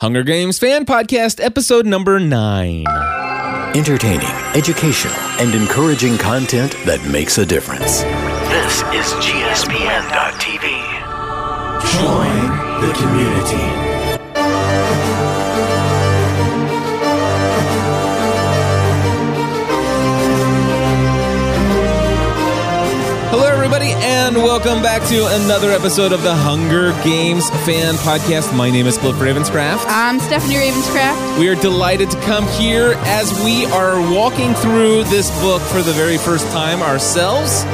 Hunger Games Fan Podcast, episode number nine. Entertaining, educational, and encouraging content that makes a difference. This is GSPN.TV. Join the community. Hello, everybody, and welcome back to another episode of the Hunger Games Fan Podcast. My name is Cliff Ravenscraft. I'm Um, Stephanie Ravenscraft. We are delighted to come here as we are walking through this book for the very first time ourselves.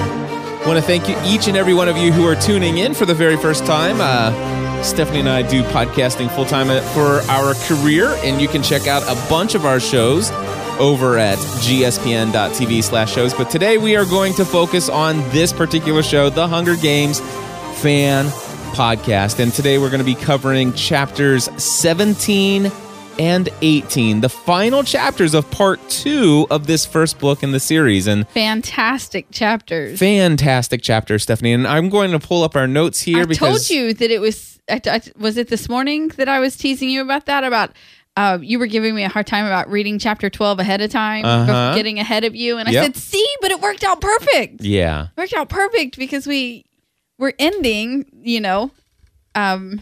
want to thank you, each and every one of you who are tuning in for the very first time. Uh, Stephanie and I do podcasting full time for our career, and you can check out a bunch of our shows over at gspn.tv slash shows. But today we are going to focus on this particular show, The Hunger Games fan podcast. And today we're going to be covering chapters 17 and 18, the final chapters of part two of this first book in the series. And Fantastic chapters. fantastic chapter, Stephanie. And I'm going to pull up our notes here I because. told you that it was. I, I- was it this morning that I was teasing you about that? About uh, you were giving me a hard time about reading chapter twelve ahead of time, Uh-huh. getting ahead of you, and I Yep. said, "See, but it worked out perfect. Yeah. It worked out perfect because we we're ending, you know, um,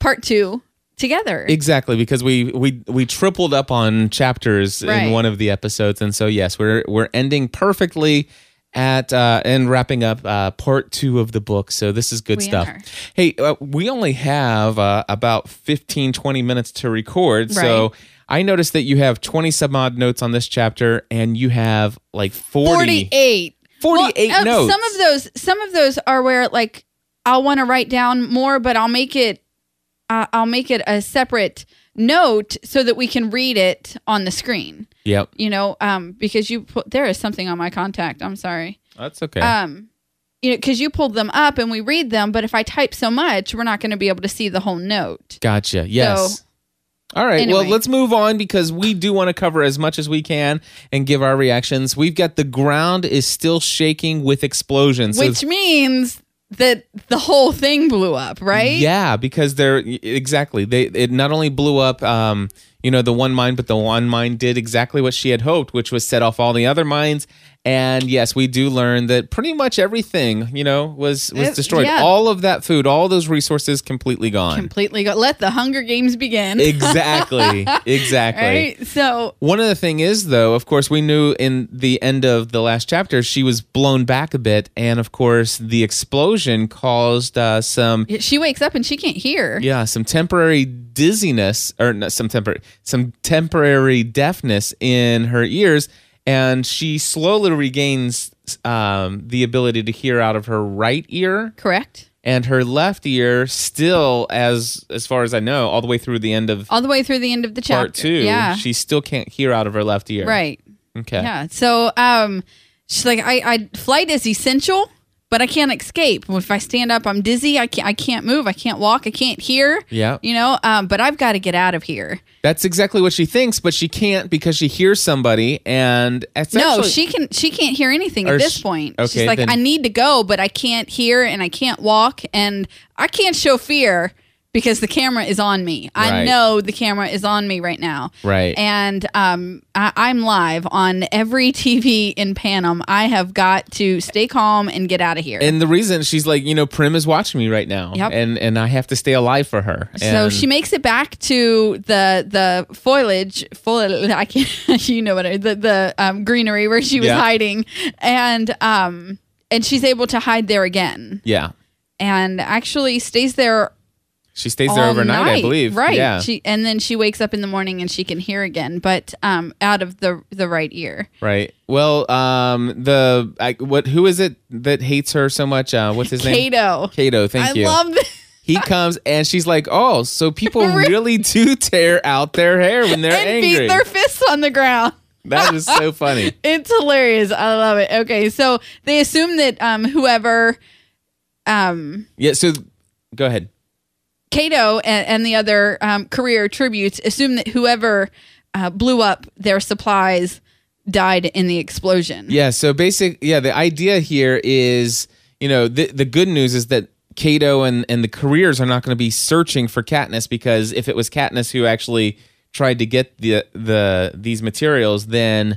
part two together." Exactly, because we we we tripled up on chapters in Right. one of the episodes, and so yes, we're we're ending perfectly at uh, and wrapping up uh, part two of the book. So this is good We stuff. are. Hey, uh, we only have uh, about 15, 20 minutes to record, so. Right. I noticed that you have 20 some odd notes on this chapter and you have like 40, 48 48 um, notes. some of those some of those are where like i'll want to write down more but i'll make it uh, i'll make it a separate note so that we can read it on the screen Yep. you know um because you put there is something on my contact i'm sorry That's okay. um you know because you pulled them up and we read them but if i type so much we're not going to be able to see the whole note Gotcha. Yes. So- All right. Well, Anyway. let's move on because we do want to cover as much as we can and give our reactions. We've got the ground is still shaking with explosions. So- which means that the whole thing blew up right yeah, because they're exactly they. It not only blew up, um, you know, the one mine, but the one mine did exactly what she had hoped, which was set off all the other mines. And yes, we do learn that pretty much everything, you know, was was It- destroyed. yeah. All of that food, all those resources, completely gone. completely go- let the hunger games begin exactly. Exactly. right so One of the thing is though, of course, we knew in the end of the last chapter she was blown back a bit, and of course the explosion caused uh, some Yeah, She wakes up and she can't hear. yeah some temporary dizziness or not some temporary some temporary deafness in her ears, and she slowly regains um, the ability to hear out of her right ear Correct. and her left ear still as as far as I know all the way through the end of All the way through the end of the chapter. part two Yeah. she still can't hear out of her left ear right. okay Yeah. So um she's like I, I flight is essential, but I can't escape. If I stand up, I'm dizzy. I can't I can't move. I can't walk. I can't hear. Yeah. You know, um, but I've got to get out of here. That's exactly what she thinks, but she can't because she hears somebody and no, essentially- she can she can't hear anything Or at this sh- point. okay, she's like, then- I need to go, but I can't hear and I can't walk and I can't show fear because the camera is on me. Right. I know the camera is on me right now. Right. And um, I, I'm live on every TV in Panem. I have got to stay calm and get out of here. and the reason she's like, you know, Prim is watching me right now, Yep. and and I have to stay alive for her. so And- she makes it back to the the foliage, foliage I can't, you know what I the the um, greenery where she was Yeah. hiding, and um and she's able to hide there again, yeah, and actually stays there she stays there all overnight, I night. believe. right? Yeah. She and then she wakes up in the morning and she can hear again, but um out of the the right ear. right. Well, um, the I, what who is it that hates her so much? Uh, what's his name? Kato, Kato. Thank I you. love this. he comes and she's like, oh, so people really do tear out their hair when they're and angry. beat their fists on the ground. that is so funny. It's hilarious. I love it. Okay, so they assume that um, whoever, um, Yeah. So go ahead. Cato and, and the other um, career tributes assume that whoever uh, blew up their supplies died in the explosion. Yeah. So basic. Yeah. The idea here is, you know, the the good news is that Cato and and the careers are not going to be searching for Katniss because if it was Katniss who actually tried to get the the these materials, then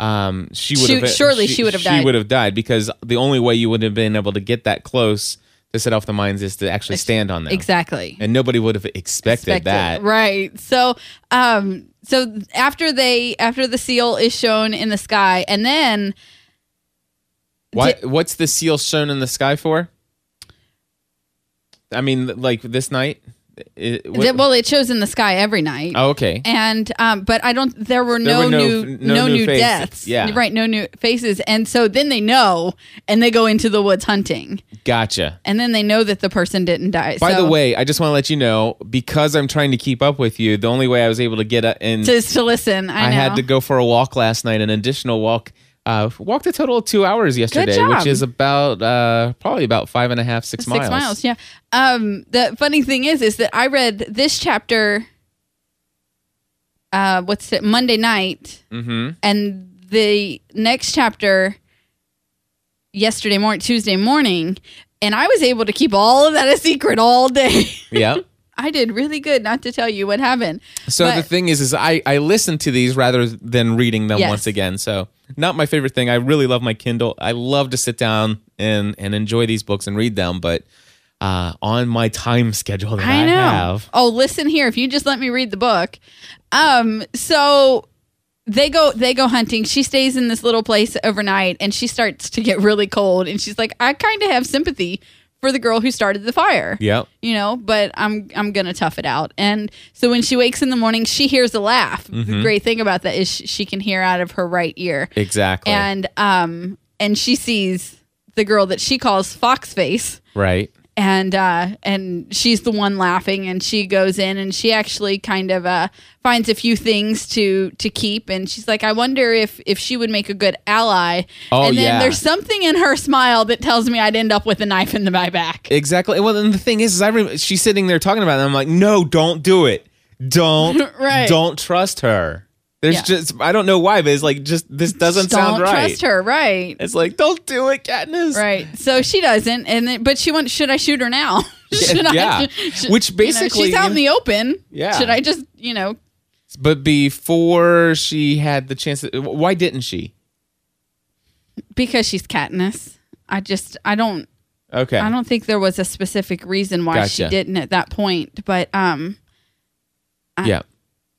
um, she would She- have surely she would have died. She would have died because the only way you would have been able to get that close to set off the mines is to actually stand on them. Exactly. And nobody would have expected, expected. that. Right. So um so after they after the seal is shown in the sky and then What what's the seal shown in the sky for? I mean, like this night. It- what- th- well it shows in the sky every night. oh, okay. And um but I don't there were There no, were no- new no no, new new, faces. deaths. Yeah. Right, no new faces. And so then they know and they go into the woods hunting. Gotcha. And then they know that the person didn't die. By So- the way, I just want to let you know because I'm trying to keep up with you. The only way I was able to get a- in, just to listen. I, Mm. I know. had to go for a walk last night, an additional walk. Uh, walked a total of two hours yesterday, job. which is about uh, probably about five and a half, six miles. six miles. Yeah. Um, the funny thing is, is that I read this chapter. Uh, what's it? Monday night, Mm-hmm. and the next chapter. Yesterday morning, Tuesday morning, and I was able to keep all of that a secret all day. Yeah. I did really good not to tell you what happened. So the But- thing is, is I I listen to these rather than reading them Yes. once again. So not my favorite thing. I really love my Kindle. I love to sit down and and enjoy these books and read them, but uh, on my time schedule that I, I know. have, Oh, listen here. If you just let me read the book, um, so they go they go hunting. She stays in this little place overnight, and she starts to get really cold. And she's like, I kind of have sympathy for the girl who started the fire. yep, You know, but I'm I'm gonna tough it out. And so when she wakes in the morning, she hears a laugh. Mm-hmm. The great thing about that is sh- she can hear out of her right ear, exactly, and um and she sees the girl that she calls Foxface right. and uh and she's the one laughing and she goes in and she actually kind of uh finds a few things to to keep and she's like i wonder if if she would make a good ally Oh, and then yeah. there's something in her smile that tells me i'd end up with a knife in the my back Exactly. Well, and the thing is, is I rem- she's sitting there talking about it. And I'm like, no, don't do it. Don't. Right. Don't trust her. There's Yeah. just I don't know why, but it's like just this doesn't sound don't right. trust her right It's like don't do it, Katniss. right so she doesn't and then, but she wants should i shoot her now should yeah. Which you know, basically- she's out in the open Yeah. should i just you know But before she had the chance, to, why didn't she? because she's Katniss. I just I don't Okay. I don't think there was a specific reason why she Gotcha. didn't at that point, but um, yeah.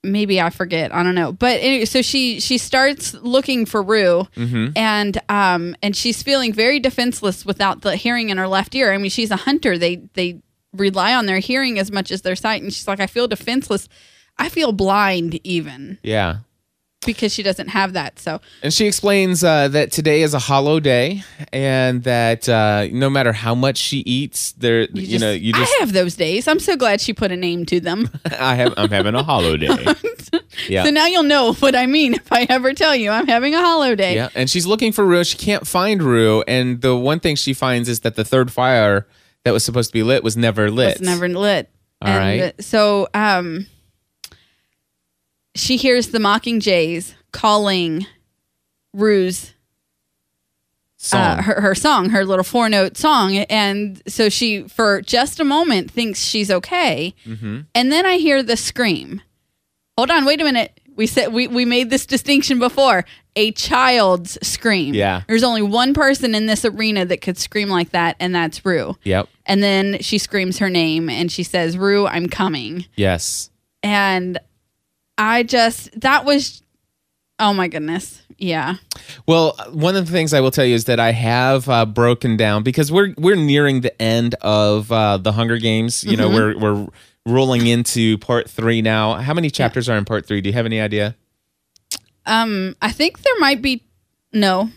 maybe I forget. I don't know. But anyway, so she she starts looking for Rue, Mm-hmm. and um, and she's feeling very defenseless without the hearing in her left ear. I mean, she's a hunter. They they rely on their hearing as much as their sight, and she's like, I feel defenseless. I feel blind even Yeah. because she doesn't have that. So And she explains uh, that today is a hollow day, and that uh, no matter how much she eats, there you, you, just, know you just I have those days. I'm so glad she put a name to them. I have I'm having a hollow day. Yeah. So now you'll know what I mean if I ever tell you I'm having a holiday. Yeah, and she's looking for Rue. She can't find Rue, and the one thing she finds is that the third fire that was supposed to be lit was never lit. It's never lit. All and right. So um, she hears the mocking jays calling Rue's song. uh, her, her song, her little four note song. And so she, for just a moment, thinks she's okay. Mm-hmm. And then I hear the scream. Hold on, wait a minute. We said we, we made this distinction before. A child's scream. Yeah. There's only one person in this arena that could scream like that, and that's Rue. yep. And then she screams her name and she says, Rue, I'm coming. Yes. And I just, that was, oh my goodness. Yeah. Well, one of the things I will tell you is that I have uh, broken down because we're we're nearing the end of uh, the Hunger Games. You know, Mm-hmm. we're we're rolling into part three now. How many chapters are in part three? Do you have any idea? Um, I think there might be, no.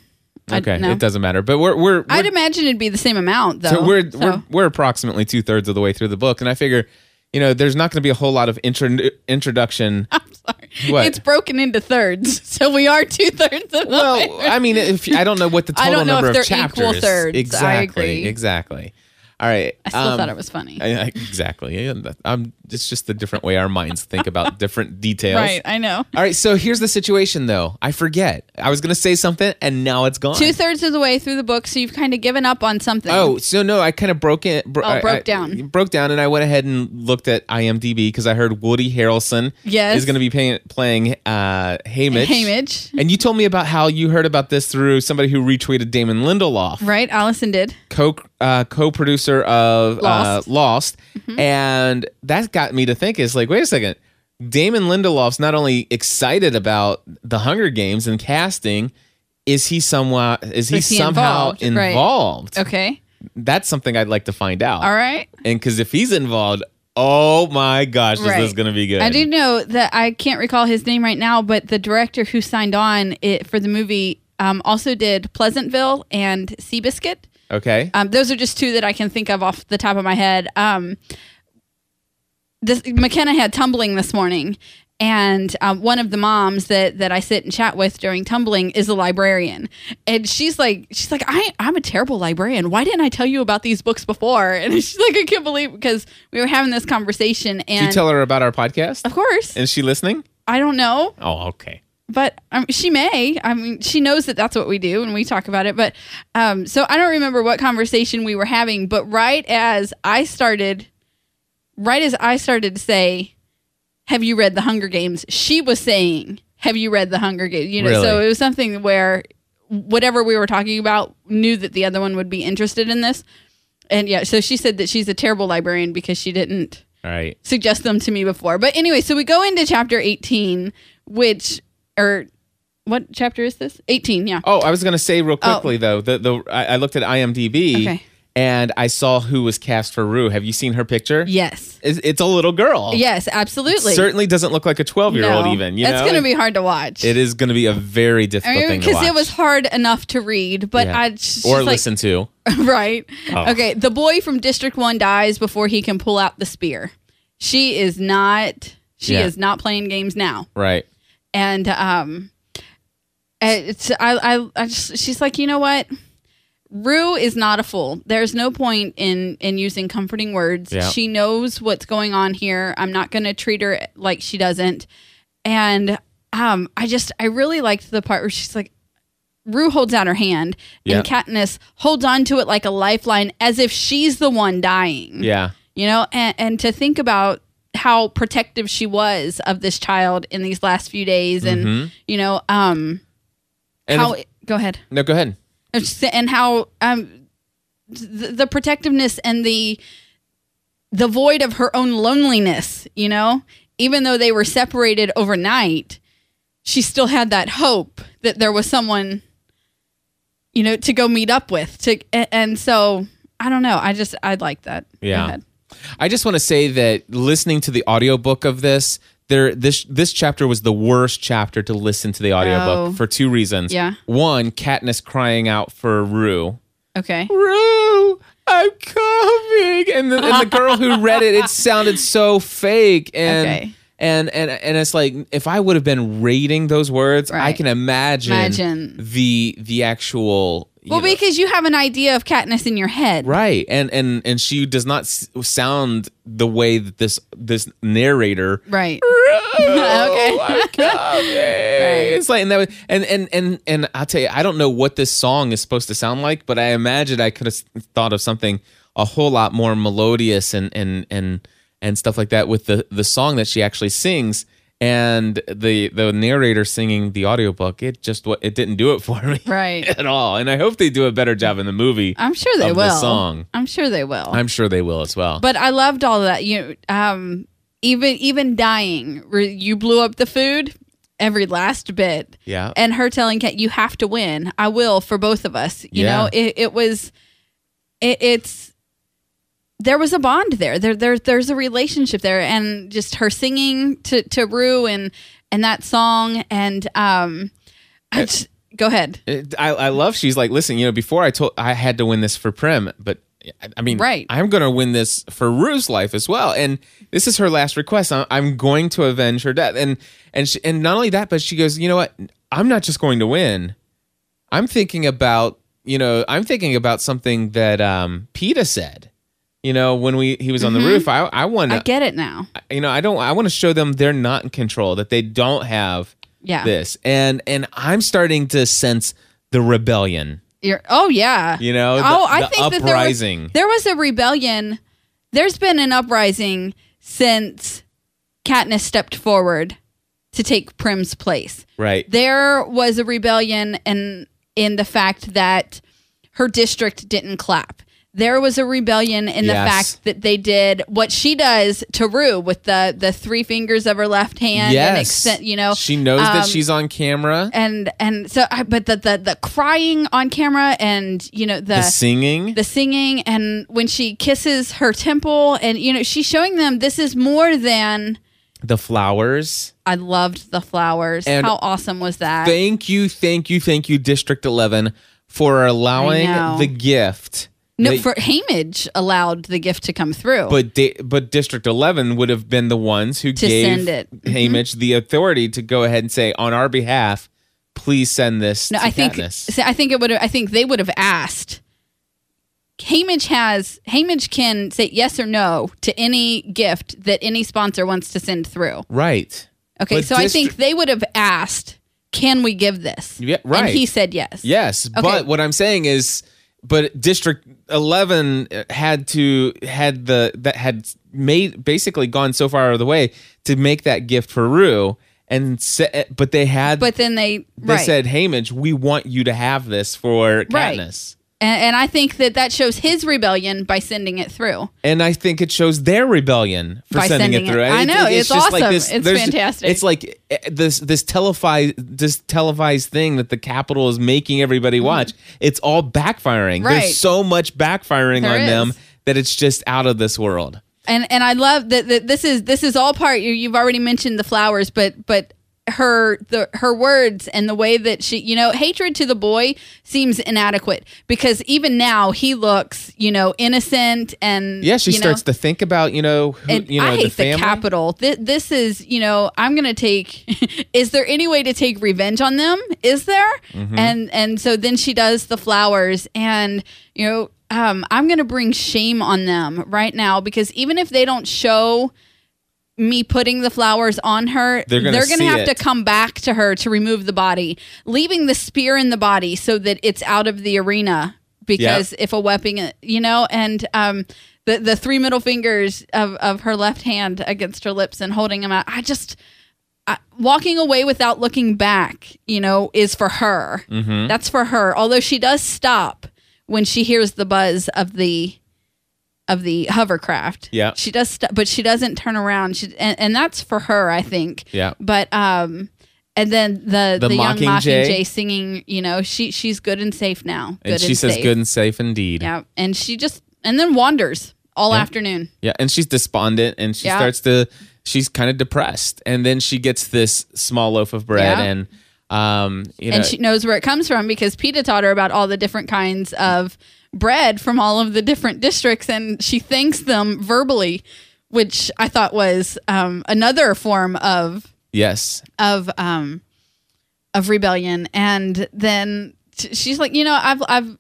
I- Okay, no. it doesn't matter. But we're we're, we're I'd imagine it'd be the same amount though. So we're So- we're we're approximately two thirds of the way through the book, and I figure, you know, there's not going to be a whole lot of intro introduction. I'm sorry. What? It's broken into thirds. So we are two thirds of the way. well, I mean, if I don't know what the I total don't know number if of they're chapters. equal thirds. I Exactly, agree. exactly. All right. I still um, thought it was funny. I- I- exactly. Yeah, that- I'm, it's just the different way our minds think about different details. right, I know. All right. So here's the situation, though. I forget. I was going to say something, and now it's gone. Two thirds of the way through the book, so you've kind of given up on something. Oh, so no, I kind of broke it. Bro- Oh, I- broke I- down. broke down, and I went ahead and looked at IMDb because I heard Woody Harrelson Yes. is going to be pay- playing uh, Haymitch. Haymitch. And you told me about how you heard about this through somebody who retweeted Damon Lindelof, right, Allison did. co uh, co producer of Lost. Mm-hmm. Uh, Lost. And that got me to think is like, wait a second. Damon Lindelof's not only excited about the Hunger Games and casting, is he somehow is he, Is he somehow involved? Right. involved? Okay, That's something I'd like to find out. all right. And because if he's involved, oh my gosh, Right. is this going to be good? I do know that I can't recall his name right now, but the director who signed on it for the movie um, also did Pleasantville and Seabiscuit. Okay. Um, those are just two that I can think of off the top of my head. Um, this McKenna had tumbling this morning, and um, one of the moms that that I sit and chat with during tumbling is a librarian, and she's like, she's like, I I'm a terrible librarian. Why didn't I tell you about these books before? And she's like, I can't believe because we were having this conversation, Did and you tell her about our podcast? of course, Is she listening? I don't know Oh, okay. but um, she may. I mean, she knows that that's what we do, and we talk about it. But um, so I don't remember what conversation we were having. But right as I started, right as I started to say, "Have you read The Hunger Games?" she was saying, "Have you read The Hunger Games?" You know, so Really? it was something where whatever we were talking about knew that the other one would be interested in this. And yeah, so she said that she's a terrible librarian because she didn't All right. suggest them to me before. But anyway, so we go into chapter 18, which, or what chapter is this? 18, yeah. Oh, I was going to say real Oh. quickly though. The the I, I looked at IMDb Okay. and I saw who was cast for Rue. Have you seen her picture? Yes. It's, it's a little girl. Yes, absolutely. Certainly doesn't look like a twelve year old. No. Oh. Even you That's know? going to be hard to watch. It is going to be a very difficult thing to because watch it was hard enough to read, but Yeah. I just or just like- listen Oh. to. right? Okay, the boy from District One dies before he can pull out the spear. She is not. She Yeah. is not playing games now. Right. and um it's I, I i just she's like you know what rue is not a fool there's no point in in using comforting words Yeah. she knows what's going on here i'm not going to treat her like she doesn't and um i just i really liked the part where she's like Rue holds out her hand, Yeah. and Katniss holds on to it like a lifeline, as if she's the one dying Yeah. you know and, and to think about how protective she was of this child in these last few days and you know um Mm-hmm. And how if- go ahead no, go ahead. I'm just saying- and how um the, the protectiveness and the the void of her own loneliness you know even though they were separated overnight she still had that hope that there was someone you know to go meet up with to a- and so i don't know i just i like that Go Yeah. ahead. I just want to say that listening to the audiobook of this, there this this chapter was the worst chapter to listen to the audiobook Oh. for two reasons. Yeah. One, Katniss crying out for Rue. okay Rue, I'm coming. And the, and the girl who read it, it sounded so fake. And Okay. and and and it's like if I would have been reading those words, I Right. can imagine, Imagine. the the actual you Well, know, because you have an idea of Katniss in your head. right and and and she does not s- sound the way that this this narrator Right. okay. It's like and that was, and and and and I'll tell you, I don't know what this song is supposed to sound like, but I imagine I could have thought of something a whole lot more melodious and and and and stuff like that with the the song that she actually sings and the the narrator singing the audiobook. It just what it didn't do it for me Right. at all. And I hope they do a better job in the movie. I'm sure they Of the will. song. I'm sure they will. I'm sure they will as well. but I loved all that. You um even even dying, where you blew up the food every last bit. Yeah. And her telling Kat, "You have to win. I will for both of us." You Yeah. know, it, it was. It, it's there was a bond there. There there there's a relationship there, and just her singing to to Rue and and that song and um, I just, go ahead. It- I, I love she's like listen you know before i told i had to win this for prim but I- i mean Right. i'm gonna win this for rue's life as well and this is her last request i'm, I'm going to avenge her death and and she, and not only that but she goes you know what i'm not just going to win i'm thinking about you know i'm thinking about something that um peta said You know, when we he was on the roof, I I want Mm-hmm. to I get it now. you know, I don't I want to show them they're not in control, that they don't have Yeah. this. And and I'm starting to sense the rebellion. You're, oh yeah. You know, the- oh, I the think uprising. that there was, there was a rebellion. There's been an uprising since Katniss stepped forward to take Prim's place. Right. There was a rebellion in in the fact that her district didn't clap. There was a rebellion in the Yes. fact that they did what she does to Rue with the the three fingers of her left hand and yes. extend, you know, she knows that um, she's on camera. and and so I, but the, the the crying on camera and you know The the singing. the singing and when she kisses her temple and you know she's showing them this is more than the flowers. I loved the flowers. And How awesome was that? Thank you, thank you, thank you, District Eleven, for allowing I know. the gift. no, that- for Hamage allowed the gift to come through. but da- but District Eleven would have been the ones who To gave send it. Mm-hmm. Haymitch the authority to go ahead and say on our behalf, please send this. no, to I think Katniss." see, I think it would have I think they would have asked. Hamage has Hamage can say yes or no to any gift that any sponsor wants to send through. right. Okay, But so I think distri- they would have asked, "Can we give this?" Yeah, right. And he said yes. Yes, but what I'm saying is, but District Eleven had to had the that had made basically gone so far out of the way to make that gift for Rue, and se- but they had But then they they right. said Haymitch, we want you to have this for Right. Katniss. and, and I think that that shows his rebellion by sending it through. And I think it shows their rebellion for By sending, sending it through. it. I know, it's awesome. It's there's- fantastic. It's like eh, this this televised this televised thing that the Capitol is making everybody watch. It's all backfiring. Mm-hmm. Right. There's so much backfiring There on is. them that it's just out of this world. And and I love that, that this is this is all part. You, you've already mentioned the flowers, but but her the her words and the way that she you know hatred to the boy seems inadequate because even now he looks you know innocent and Yeah, she you know, starts to think about you know who, and you know I the hate the, family. capital. Th- this is, you know, I'm gonna take. is there any way to take revenge on them? Is there? Mm-hmm. And and so then she does the flowers, and you know, um, I'm gonna bring shame on them right now because even if they don't show me putting the flowers on her, They're gonna see have it. to come back to her to remove the body, leaving the spear in the body so that it's out of the arena. Because if a weapon, you know, and um, the the three middle fingers of of her left hand against her lips and holding them out, I just I, walking away without looking back, you know, is for her. Mm-hmm. That's for her. Although she does stop when she hears the buzz of the of the hovercraft. Yeah. She does st- but she doesn't turn around. She and, and that's for her, I think. Yeah. But um and then the The the, young Mockingjay. Mockingjay singing, you know, she she's good and safe now. Good And she says, safe. "Good and safe indeed." Yeah. And she just and then wanders all afternoon. Yeah, and she's despondent and she Yeah. starts to she's kind of depressed. And then she gets this small loaf of bread Yeah. and um you know and she knows where it comes from because Peta taught her about all the different kinds of bread from all of the different districts, and she thanks them verbally, which I thought was um, another form of yes. of um, of rebellion. And then t- she's like, you know, I've I've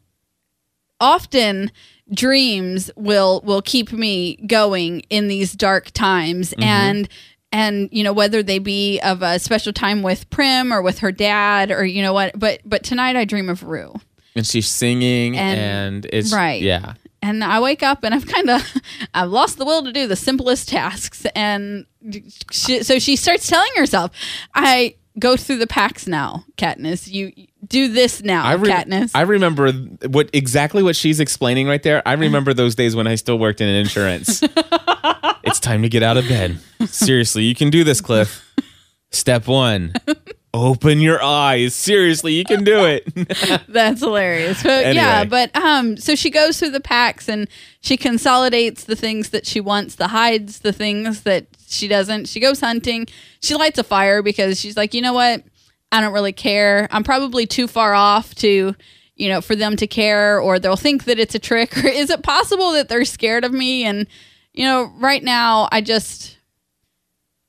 often dreams will will keep me going in these dark times and and you know whether they be of a special time with prim or with her dad or you know what but but tonight i dream of rue And she's singing and, And- it's right. yeah. and i wake up and i've kind of i've lost the will to do the simplest tasks and she, so she starts telling herself i go through the packs now katniss you do this now I re- katniss I remember th- what exactly what she's explaining right there. Uh-huh. I remember those days when I still worked in insurance. it's time to get out of bed. Seriously, you can do this, Cliff. Step 1. Open your eyes. Seriously, you can do it. That's hilarious. But Anyway. yeah, but um so she goes through the packs and she consolidates the things that she wants, the hides, the things that she doesn't. She goes hunting. She lights a fire because she's like, "You know what? I don't really care. I'm probably too far off to you know, for them to care or they'll think that it's a trick or is it possible that they're scared of me and you know, right now I just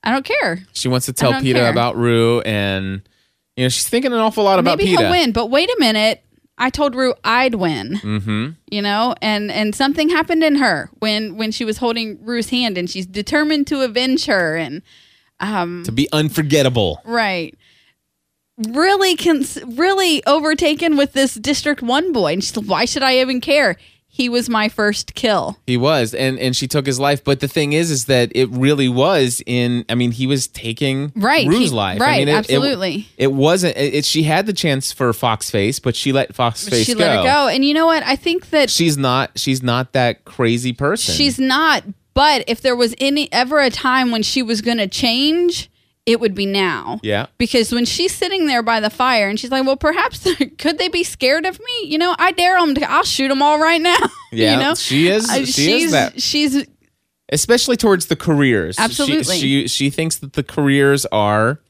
I don't care. She wants to tell don't Peta care. about Rue, and you know she's thinking an awful lot about Maybe Peta. he'll win, but wait a minute. I told Rue I'd win. Mm-hmm. You know, and and something happened in her when when she was holding Rue's hand, and she's determined to avenge her. And to be unforgettable. right, really can really overtaken with this District One boy, and she's like, why should I even care? He was my first kill. He was, and and she took his life. But the thing is, is that it really was in. I mean, he was taking Right, Rue's he- life. I right, mean, it- it- absolutely. It, wasn't. It, it- she had the chance for Foxface, but she let Foxface she go. let it go, and you know what? I think that She's not. She's not that crazy person. She's not. But if there was any ever a time when she was going to change, it would be now. Yeah. Because when she's sitting there by the fire and she's like, "Well, perhaps could they be scared of me? You know, I dare them. To, I'll shoot them all right now." Yeah, you know, she is- Uh, she is she's, that. She's especially towards the careers. She- Absolutely. She she, thinks that the careers are,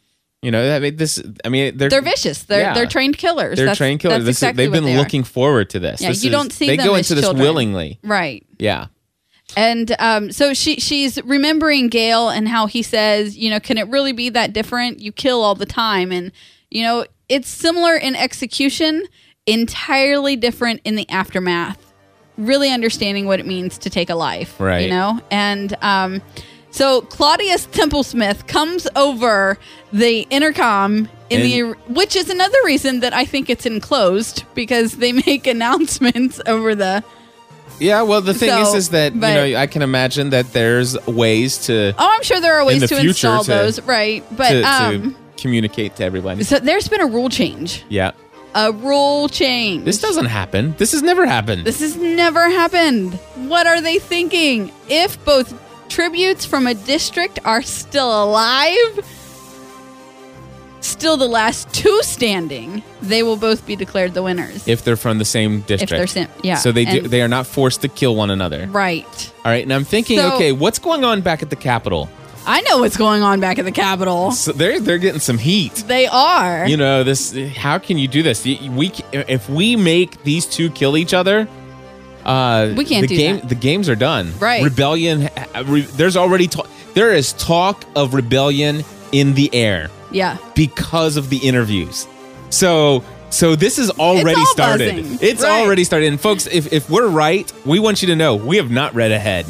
you know, I mean, this. I mean, they're they're vicious. They're Yeah. they're trained killers. They're That's- trained killers. that's This is- exactly they've what been they are. looking forward to this. Yeah, This you is- don't see They them go as into this children. willingly. right. Yeah. And um, so she she's remembering Gail and how he says, you know, can it really be that different? You kill all the time, and you know it's similar in execution, entirely different in the aftermath. Really understanding what it means to take a life, Right. You know, and um, so Claudius Temple Smith comes over the intercom. In And- the, which is another reason that I think it's enclosed because they make announcements over the Yeah, well, the thing So, is, is that but- you know I can imagine that there's ways to Oh, I'm sure there are ways the to future install to- those, right? But to, um, to communicate to everybody. so there's been a rule change. Yeah, A rule change. this doesn't happen. This has never happened. This has never happened. What are they thinking? If both tributes from a district are still alive, still the last two standing, they will both be declared the winners. if they're from the same district, they're same- yeah, So they do, and- they are not forced to kill one another. right. All right, and I'm thinking, So- okay, what's going on back at the Capitol? I know what's going on back at the Capitol. So they're they're getting some heat. They are. You know this. How can you do this? Y- We c- if we make these two kill each other, uh, We can't The do game that. the games are done. Right. Rebellion. uh, re- There's already talk. There is talk of rebellion in the air. yeah. because of the interviews. So so this is already all started. buzzing. It's Right. already started. And folks, if, if we're right, we want you to know we have not read ahead.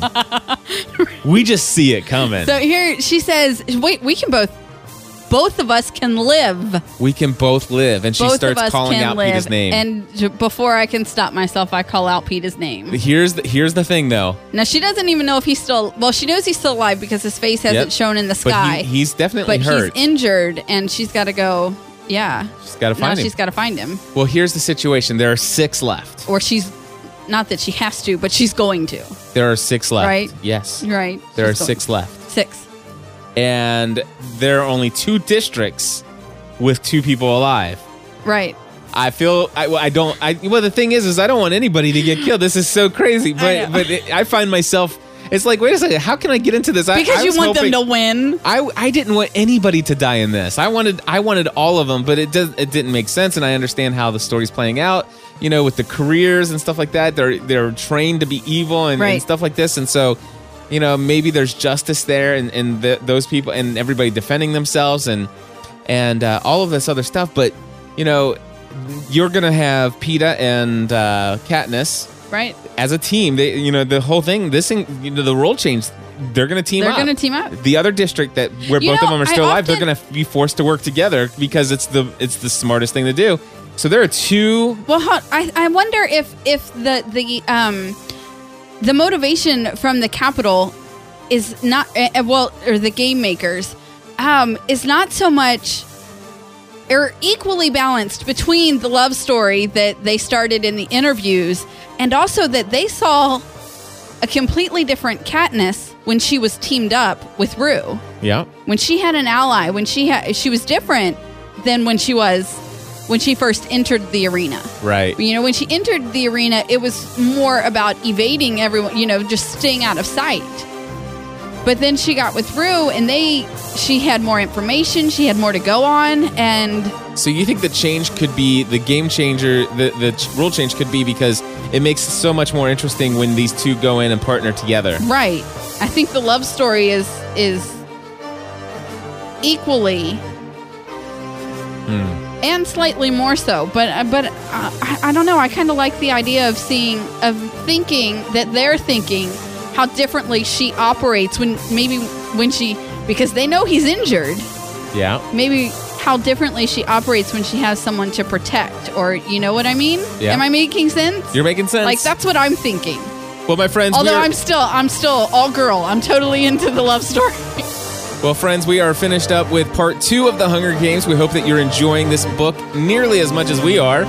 we just see it coming. So here she says, wait, we can both, both of us can live. we can both live. And she both of starts us calling can out live. Peter's name. And j- before I can stop myself, I call out Peter's name. here's the here's the thing though. Now she doesn't even know if he's still. Well, she knows he's still alive because his face hasn't Yep. shown in the But sky. he, he's definitely But hurt. he's injured, and she's got to go. Yeah, she's gotta now find him. she's got to find him, well, here's the situation. There are six left. or she's not that she has to, but she's going to. There are six left. Right. Yes. Right? There are She's going- six left. Six. And there are only two districts with two people alive. Right. I feel I, well, I don't. I well, the thing is, is I don't want anybody to get killed. This is so crazy. But know. but it, I find myself. It's like, wait a second. How can I get into this? I, Because I you was want hoping- them to win. I, I didn't want anybody to die in this. I wanted I wanted all of them, but it does it didn't make sense. And I understand how the story's playing out. You know, with the careers and stuff like that, they're they're trained to be evil and, and Right. stuff like this. And so, you know, maybe there's justice there, and and th those people and everybody defending themselves and and uh, all of this other stuff. But you know, you're gonna have Peta and uh, Katniss Right. as a team. They you know the whole thing. This thing, you know, the role change. They're gonna team They're up gonna team up. the other district that where You both of know, them are I still alive, they're often- going to be forced to work together because it's the it's the smartest thing to do. So there are two. Well, how, I, I wonder if if the the um the motivation from the capital is not eh, eh, well or the game makers um is not so much or equally balanced between the love story that they started in the interviews and also that they saw a completely different Katniss when she was teamed up with Rue Yeah, when she had an ally when she had she was different than when she was when she first entered the arena right. you know, when she entered the arena, it was more about evading everyone, you know, just staying out of sight. But then she got with Rue and they she had more information, she had more to go on and So you think the change could be the game changer? The the ch- rule change could be because it makes it so much more interesting when these two go in and partner together. right. I think the love story is is equally Hmm. and slightly more so. But uh, but uh, I, I don't know. I kind of like the idea of seeing of thinking that they're thinking how differently she operates when maybe when she because they know he's injured. Yeah. Maybe how differently she operates when she has someone to protect, or you know what I mean? Yeah. Am I making sense? You're making sense. like that's what I'm thinking. Well, my friends. we Although are- I'm still I'm still all girl. I'm totally into the love story. Well, friends, we are finished up with part two of The Hunger Games. We hope that you're enjoying this book nearly as much as we are.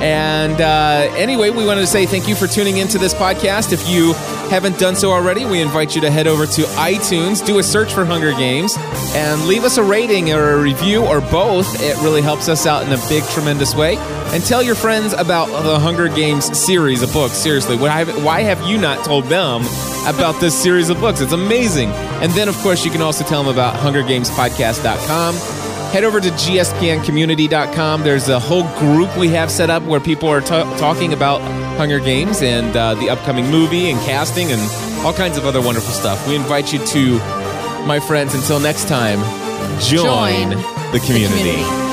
And uh, anyway, we wanted to say thank you for tuning into this podcast. If you haven't done so already, we invite you to head over to iTunes, do a search for Hunger Games, and leave us a rating or a review or both. It really helps us out in a big, tremendous way. And tell your friends about the Hunger Games series of books. Seriously, what have- why have you not told them about this series of books? It's amazing. And then, of course, you can also tell them about HungerGamesPodcast.com. Head over to gspncommunity.com. There's a whole group we have set up where people are ta talking about Hunger Games and uh, the upcoming movie and casting and all kinds of other wonderful stuff. We invite you to, my friends, until next time, join, Join the community. community.